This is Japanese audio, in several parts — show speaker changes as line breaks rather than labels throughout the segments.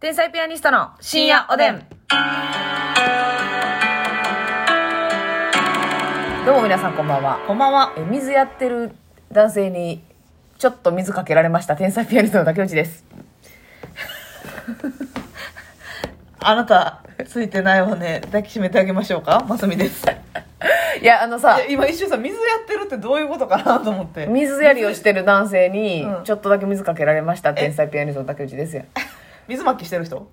天才ピアニストの深夜おでん。どうも皆さんこんばんは。
こんばんは。
え水やってる男性にちょっと水かけられました。天才ピアニストの竹内です。
あなた、ついてないわね。抱きしめてあげましょうか。ますみです。
いや、あのさ、
今一瞬さ、水やってるってどういうことかなと思って。
水やりをしてる男性に
うん
ちょっとだけ水かけられました。天才ピアニストの竹内ですよ。
水まきしてる人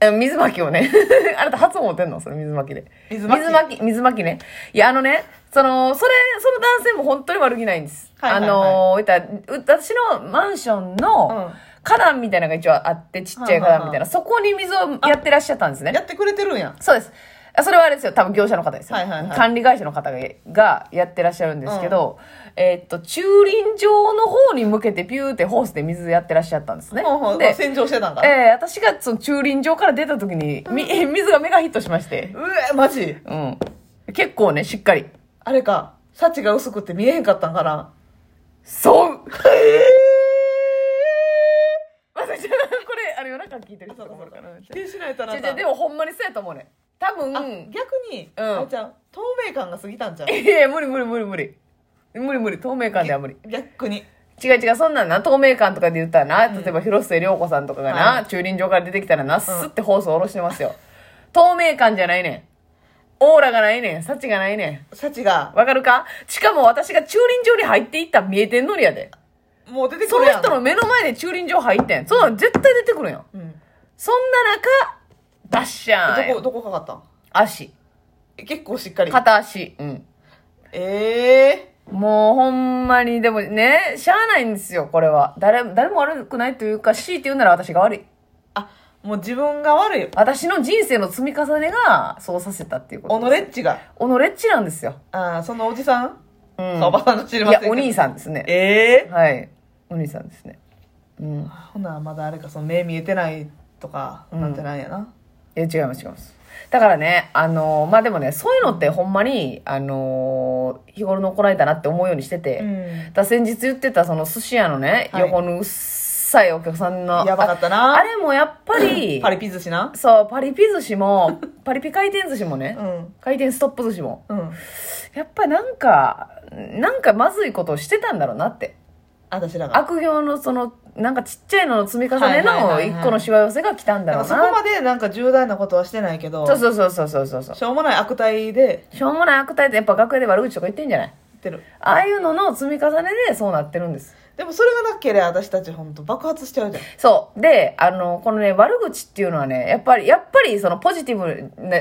え水まきをね。 あなた初持ってんのそれ水まきで。
水まき
水まき、水まきね。いや、あのね、その、それ、その男性も本当に悪気ないんです。
はいはいはい
あの、いったらう私のマンションの
うん
花壇みたいなのが一応あって、ちっちゃい花壇みたい
はんはんは
な、そこに水をやってらっしゃったんですね
や。ってくれてるんや。
そうです。あそれはあれですよ。多分業者の方ですよ。
はいはいはい
管理会社の方ががやってらっしゃるんですけど、えーっと、駐輪場の方に向けてピューってホースで水やってらっしゃったんですね。
ほうほう
で
洗浄してたんか。
ええ私がその駐輪場から出た時に、み、 水が目がヒットしまして。
うえ、マジ。
うん。結構ね、しっかり。
あれか。幸が薄くて見えへんかったんかな。
そうまさちゃん、これ、あれ夜中聞いてる人とかもいるから。
否定しないとあな
ちょちょ
た。
でもほんまにそうやと思うね。多分、
あ逆に、
うん
あれちゃん、透明感が過ぎたんじゃん。
いやいや、無理無理無理無理。無理無理、透明感では無理。
逆に。
違う違う、そんなんな、透明感とかで言ったらな、例えば広末涼子さんとかがな、
はい
駐輪場から出てきたらな、スッてホースを下ろしてますよ。透明感じゃないねん。オーラがないねん。幸がないねん。
幸が、
わかるかしかも私が駐輪場に入っていったら見えてんのりやで。
もう出て
そ
く
の
るやん。
人の目の前で駐輪場入ってん。そうなの絶対出てくるやん。
うん。
そんな中、ダッシャーン
ど
や
こ、どこかかったん
足。
え結構しっかり。
片足。うん。
ええ
もうほんまに、でもね、しゃあないんですよ、これは。誰、誰も悪くないというか、強いて言うなら私が悪い。
あ、もう自分が悪い。
私の人生の積み重ねが、そうさせたっていうこ
お
と。
のれっちが。
おのれっちなんですよ。
ああ、そのおじさん、
うん。
おばさんの知り
い
ませ
や
んけ、ど
お兄さんですね。
ええ
はい。お兄さんですね。うん。
ほな、まだあれか、その目見えてないとか、なんてなんやな。
いや、違います、違います。だからね、あのーまあ、でもね、そういうのってほんまに、あのー日頃の行いだなって思うようにしてて、
うん。
だから先日言ってた、その寿司屋のね、
はい
横のうっさいお客さんの、
やばかったな
ああれもやっぱり、
パリピ寿司な。
そう、パリピ寿司 も、パリピ回転寿司もね、
うん。
回転ストップ寿司も、
うん。
やっぱなんか、なんかまずいことをしてたんだろうなって。
私らが。
悪行のその、なんかちっちゃいのの積み重ね
はいはい
の
はい
一
はい
個のしわ寄せが来たんだ
なん
ろ
か
う
そこ
な。
までなんか重大なことはしてないけど、
そうそうそうそうそうそうそう。
しょうもない悪態で
しょうもない悪態ってやっぱ学園で悪口とか言ってんじゃない
言ってる。
ああいうのの積み重ねでそうなってるんです。
でもそれがなければ私たちほんと爆発しちゃうじゃん。
そう。で、あの、このね、悪口っていうのはね、やっぱり、やっぱりそのポジティブな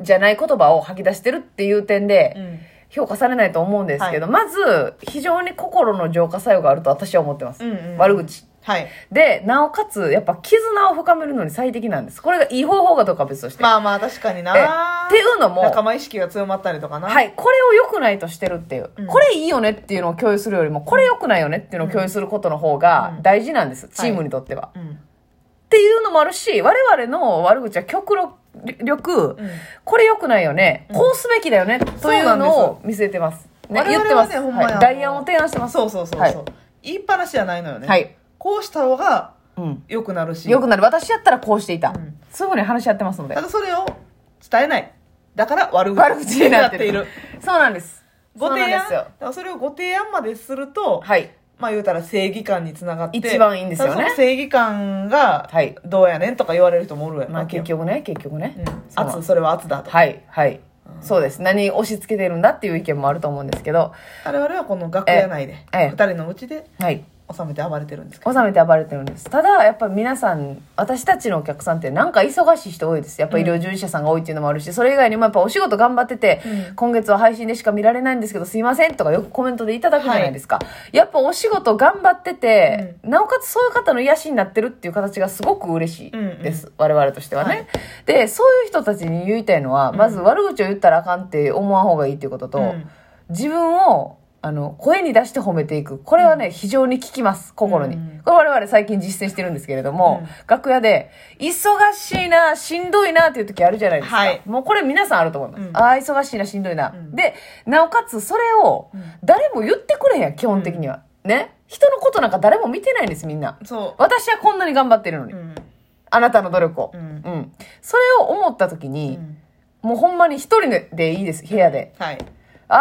じゃない言葉を吐き出してるっていう点で
ん。
評価されないと思うんですけど、まず、非常に心の浄化作用があると私は思ってます。
うんうんうん
悪口。
はい。
で、なおかつ、やっぱ絆を深めるのに最適なんです。これがいい方法かどうかは別として。
まあまあ確かにな。
えっていうのも
仲間意識が強まったりとかな。。
はいい、これを良くないとしてるっていう、
うん
これいいよねっていうのを共有するよりもこれ良くないよねっていうのを共有することの方が
うん
大事なんです、チームにとっては、
うん。
っていうのもあるし我々の悪口は極力、
うん
これ良くないよね、
うん
こうすべきだよねというのを見せてます、ね、
我
言って
々は
ま
ね
す、
ほんまにあ
はい、
の
代案を提案してます
そうそうそうそう。
はい
言いっぱなしじゃないのよね。
はい、
こうした方が
うん、
良くなるし。
良くなる私やったらこうしていた、
うん
すぐに話し合ってますので
ただそれを伝えない。だから悪口
悪口になってる
な
そうなんです
ご提案
そうなん
そ
ですよ
それをご提案まですると、
はい
まあ言うたら正義感につながって。
一番いいんですよね
ただその正義感が
はい、
どうやねんとか言われる人もおるやん。
まあ結局ね結局ね、
うん
そうなん
圧、それは圧だと。
はい、はい。そうです。何押し付けてるんだっていう意見もあると思うんですけど、
我々はこの楽屋内で、
えええ
二人のうちで
はい。
収めて暴れてるんですけど。
収めて暴れてるんです。ただ、やっぱり皆さん、私たちのお客さんってなんか忙しい人多いです。やっぱ医療従事者さんが多いっていうのもあるし、それ以外にもやっぱお仕事頑張ってて、
うん
今月は配信でしか見られないんですけど、すいませんとかよくコメントでいただくじゃないですか。やっぱお仕事頑張ってて、なおかつそういう方の癒しになってるっていう形がすごく嬉しいです。我々としてはね。
はい
で、そういう人たちに言いたいのは、まず悪口を言ったらあかんって思わん方がいいっていうことと、
うん
自分をあの声に出して褒めていくこれはね、非常に効きます心に、
うん
これ我々最近実践してるんですけれども、
うん
楽屋で忙しいなしんどいなっていう時あるじゃないですか、
はい
もうこれ皆さんあると思います、
うん
ああ忙しいなしんどいな、
うん
でなおかつそれを
うん
誰も言ってくれへんやん基本的には、ね人のことなんか誰も見てないんですみんな
そ
私はこんなに頑張ってるのに、
う。うん。
あなたの努力を。
う
うんん。それを思った時に、もうほんまに一人ででいいです、部屋で。
はい。
あ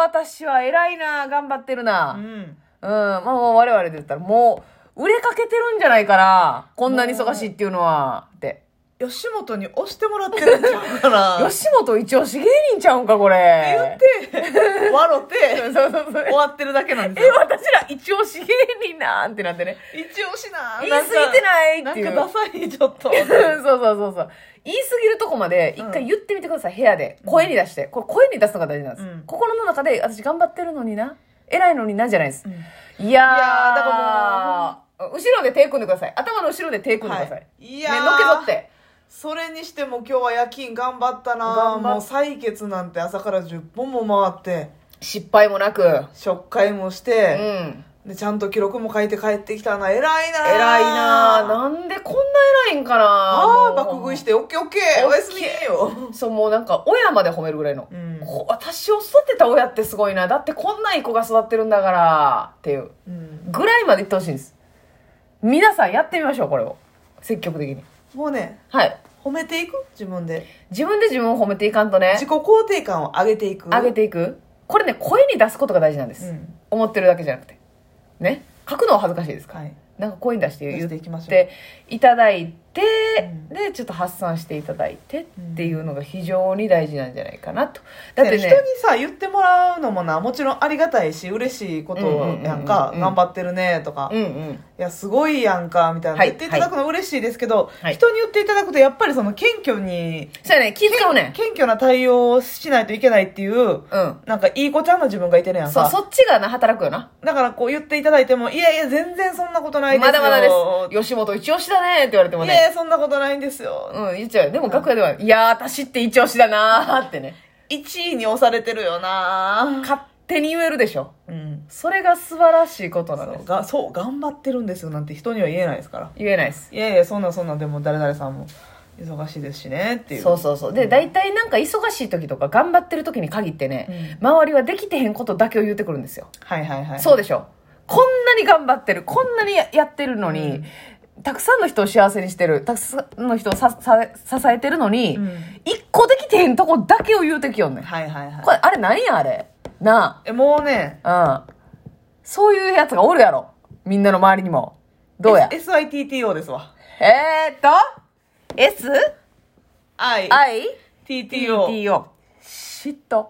あ、私は偉いな、頑張ってる
う
な。
ん。
うん、まあまあ我々で言ったらもう、売れかけてるんじゃないかな。こんなに忙しいっていうのは、って。
吉本に押してもらってるんちゃうかな。
吉本一 押し芸人ちゃうんか、こ
言っ
れ。
て、笑っ
そ
て、
うそう そう。
終わってるだけなんで
え
すよ。、
私ら一押し芸人なんってなってね。
一押しな
言い過ぎてないっていう
なんかダサい、ちょっ と。
そうそうそうそう。言い過ぎるとこまで、一回言ってみてください、部屋で。声に出して。これ声に出すのが大事なんです。
うん
心の中で、私頑張ってるのにな。偉いのになじゃないです。いやー、い
やーだか
後ろで手組んでください。頭の後ろで手組んでください。
はいい
ね、
やー
のけぞって。
それにしても今日は夜勤頑張ったな
頑張っ
もう採血なんて朝から10本も回って、
失敗もなく。う
食会もして、
ん。
で、ちゃんと記録も書いて帰ってきたな偉いな
偉いなー。
あ
なんでこんな偉いんかなー。
あ
もう
ー、爆食いして、オッケーオッケーおやすみよ。
そう、もうなんか、親まで褒めるぐらいの。
うん
こ私を育てた親ってすごいな。だってこんないい子が育ってるんだから、っていう。
うん
ぐらいまでいってほしいんです。皆さんやってみましょう、これを。積極的に。
もうね、
はい。
褒めていく自分で。
自分で自分を褒めていかんとね
自己、肯定感を上げていく。
上げていく。これね、声に出すことが大事なんです。
うん
思ってるだけじゃなくて。ね。書くのは恥ずかしいですから。
はい。
なんか声に出して言っ
出していきましょう
ていただいて、
うん
で、ちょっと発散していただいてっていうのが非常に大事なんじゃないかなと。だ
だ
っ
ってて、
ね。
人にさ言ってもらうのもなもちろんありがたいし嬉しいことやん
う
か、
んうんうんうん
頑張ってるねとか、い
うんうん。
やすごいやんかみたいな、
はい
言っていただくの嬉しいですけど、
はい
人に言っていただくとやっぱりその謙虚に
そうやね、気遣うねん。
謙虚な対応をしないといけないっていう
うん。
なんかいい子ちゃんの自分がいてるやん
そう、
か
そっちがな、働くよな。
だからこう言っていただいてもいやいや全然そんなことないです
ま
よ
だまだです。吉本一押しだねって言われても
いやい
ね。
やそんなことないんですよ、
うん、言っちゃうよ。でも楽屋では、いやー、私って一押しだなーってね。
1位に押されてるよな
勝手に言えるでしょ。
うん
それが素晴らしいことなの
そうがそう頑張ってるんですよなんて人には言えないですから
言えないです。
いやいやそんなんそんなんでも誰々さんも忙しいですしねっていう
そうそうそう。で、大体なんか忙しい時とか頑張ってる時に限ってね、周りはできてへんことだけを言ってくるんですよ。
はいはいはい
そう
で
でしょ。こんなに頑張ってる、こんなにややってるのに、たくさんの人を幸せにしてる、たくさんの人をささ支えてるのに、
うん
一個できてへんとこだけを言うてきよんねん。
はいはいはい
これ、あれなんやあれ。な
えもうね
あ。うん。そういうやつがおるやろ。みんなの周りにも。どうや。
S- SITTO ですわ
えーっと、S?
I
I?
TTO
T-O。嫉妬。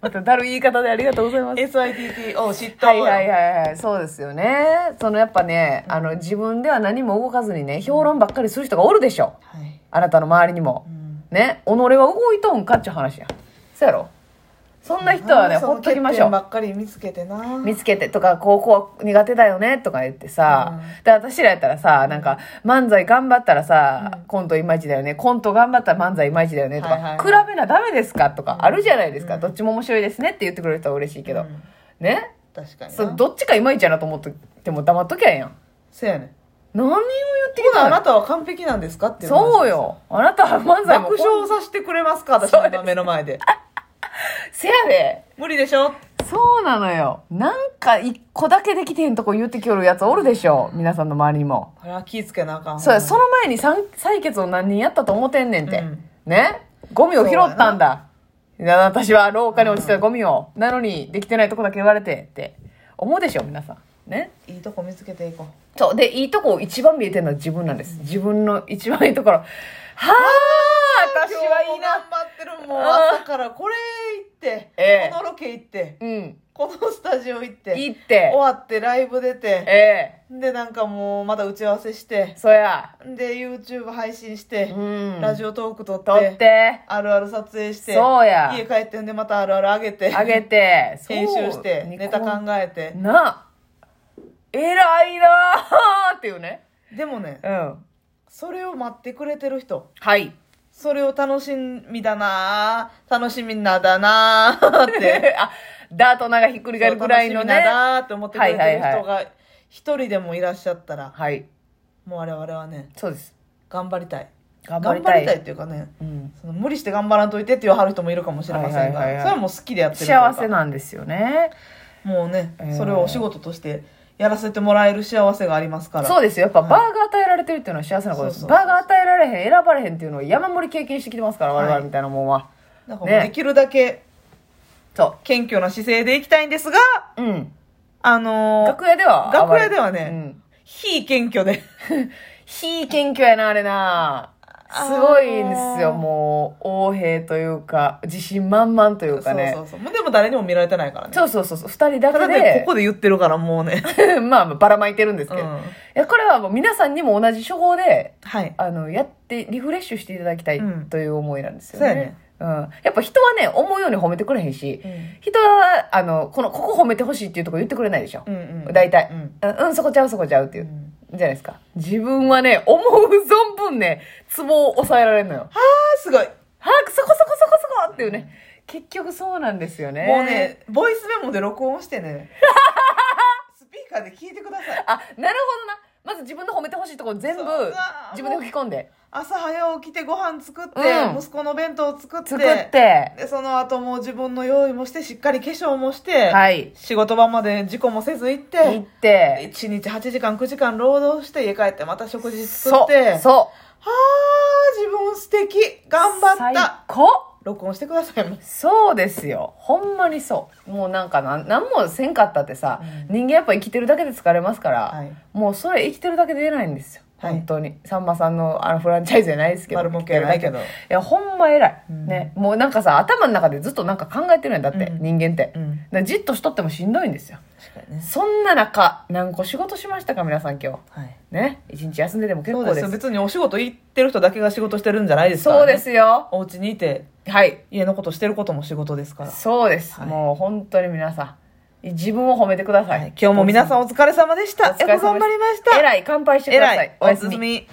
まただるい言い方でありがとうございます。
SITTO 嫉妬
はいはいはいはい。そうですよね。そのやっぱね、あの、自分では何も動かずにね、評論ばっかりする人がおるでしょ。
はい
あなたの周りにも。
うん
ね、己は動いとんかっちゅう話や。そうやろ。そんな人はね、
なんでその
ほっときましょ
欠点
う
ば。っかり見つけてな
見つけてとか、高校は苦手だよねとか言ってさ、で、私らやったらさ、なんか、漫才頑張ったらさ、コントいまいちだよね、コント頑張ったら漫才いまいちだよねとか、
はいはい
比べなダメですかとか、あるじゃないですか、どっちも面白いですねって言ってくれる人は嬉しいけど、
うん
ね
確かに
そう
な
どっちかいまいちやなと思ってても黙っときゃええやん。
そうやねん
何を言ってき
ほ
た
な
の
あなたは完璧なんですかっていう話
そうよ。あなたは漫才も
爆笑させてくれますか私の今目の前で
せやで。
無理でしょ
そうなのよ。なんか一個だけできてへんとこ言ってきよるやつおるでしょ。皆さんの周りにも。
あれは気ぃつけなあかん
そうや、その前に三採血を何人やったと思ってんねんて。
うん
ねゴミを拾ったんだ。いや私は廊下に落ちてたゴミを。なのに、できてないとこだけ言われてって。思うでしょ、皆さん。ね
いいとこ見つけていこう
そう。で、いいとこを一番見えてるのは自分なんです。自分の一番いいところ。はあ私はいいな。
今日も頑張ってるもう
あー
朝からこれ行って、
ええ
このロケ行って
うん。
このスタジオ行って
行って
終わってライブ出て
ええ
でなんかもうまだ打ち合わせして
そや。
で YouTube 配信して
う、ん。
ラジオトーク撮って
撮って、
あるある撮影して
そうや
家帰ってんでまたあるある上げて
あげて、そう
編集してネタ考えて
な偉いなあっていうね。
でもね
うん。
それを待ってくれてる人
はい。
それを楽しみだなぁ楽しみなだなぁって
あ、ダートナがひっくり返るぐらいのね。
楽しみだなーって思ってくれてる
はい
人
は
が一人でもいらっしゃったら、
はい。
もう我々はね、
そうです。
頑張りたい。
頑張りたい。
っていうかね、
うん、
その無理して頑張らんといてって言わはる人もいるかもしれませんが、
はいはいはいはい
それはもう好きでやってるというか
幸せなんですよね。
もうね
えー、
それをお仕事としてやらせてもらえる幸せがありますから。
そう
う
ですよ。やっぱ
はい
バーが与えられてるっていうのは幸せなことです。
そうそう
バ
そう
ーが与えられへん、選ばれへんっていうのを山盛り経験してきてますから、
はい
我々みたいなもんは。
だからもう
ね
できるだけ
そ
謙虚な姿勢でいきたいんですが、
う。うん。
あのー
楽屋では。
楽屋では
う
ね、
ん。
非謙虚で。
非謙虚やな、あれな。
あー
すごいんですよ、もう、横兵というか、自信満々というかね。
そうそうそう。もうでも誰にも見られてないからね。
そうそうそうそう、二人だけ
ただ
で、
ね、ここで言ってるからもうね。
まあ、ばらまいてるんです
う
けど、い
ん。
やこれはもう皆さんにも同じ処方で、
はい。
あの、やって、リフレッシュしていただきたい
うん
という思いなんですよ
そうや
ね
ね。
うん、やっぱ人はね、思うように褒めてくれへんし、
うん
人は、あの、この、ここ褒めてほしいっていうところ言ってくれないでしょ。
うんうん。
大体、
うん
うん。うん、そこちゃう、そこちゃうっていうう。
ん
じゃないですか。自分はね、思う存分ね、ツボを抑えられるのよ。は
あーすごい。
あ、そこそこそこそこっていうね。結局そうなんですよね。
もう。ね、ボイスメモで録音し てね。スピーカーで聞いてください。
あ、なるほどな。まず自分の褒めてほしいところ全部
そううわ、
自分で吹き込んで。
朝早起きてご飯作って、
うん
息子の弁当作って
作って。
でその後もう自分の用意もしてしっかり化粧もして、
はい。
仕事場まで事故もせず行っ、
行ってて。
一1日8時間9時間労働して家帰ってまた食事作
そ
って
う。そ
はあ自分素敵頑
う。
張っ
最
た
高
録音してくださいもう
そうですよ。ほんまにそう。もうなんかなん、なんもせんかったってさ、人間やっぱ生きてるだけで疲れますから、
はい
もうそれ生きてるだけで出ないんですよ。
はい
本当に。さんまさんのあのフランチャイズじゃないですけど。
丸儲けやないけ
い
ど
や、ほんま偉い、
うん
ね。もうなんかさ、頭の中でずっとなんか考えてるんやだって、
うん
人間って。
うん
だからじっとしとってもしんどいんですよ。
確かにね
そんな中、何個仕事しましたか、皆さん今日。
はい
ね。一日休んででも結
そ
構
う
で。
ですす別にお仕事行ってる人だけが仕事してるんじゃないですから、ね、
そうですよ。
お家にいて
はい。
家のことしてることも仕事ですから、
そうです、
はい
もう本当に皆さん自分を褒めてください、
はい今日も皆さん
お
お疲れ様でした
疲れ様で
よく頑張りました
偉い乾杯してください
偉いおやすみ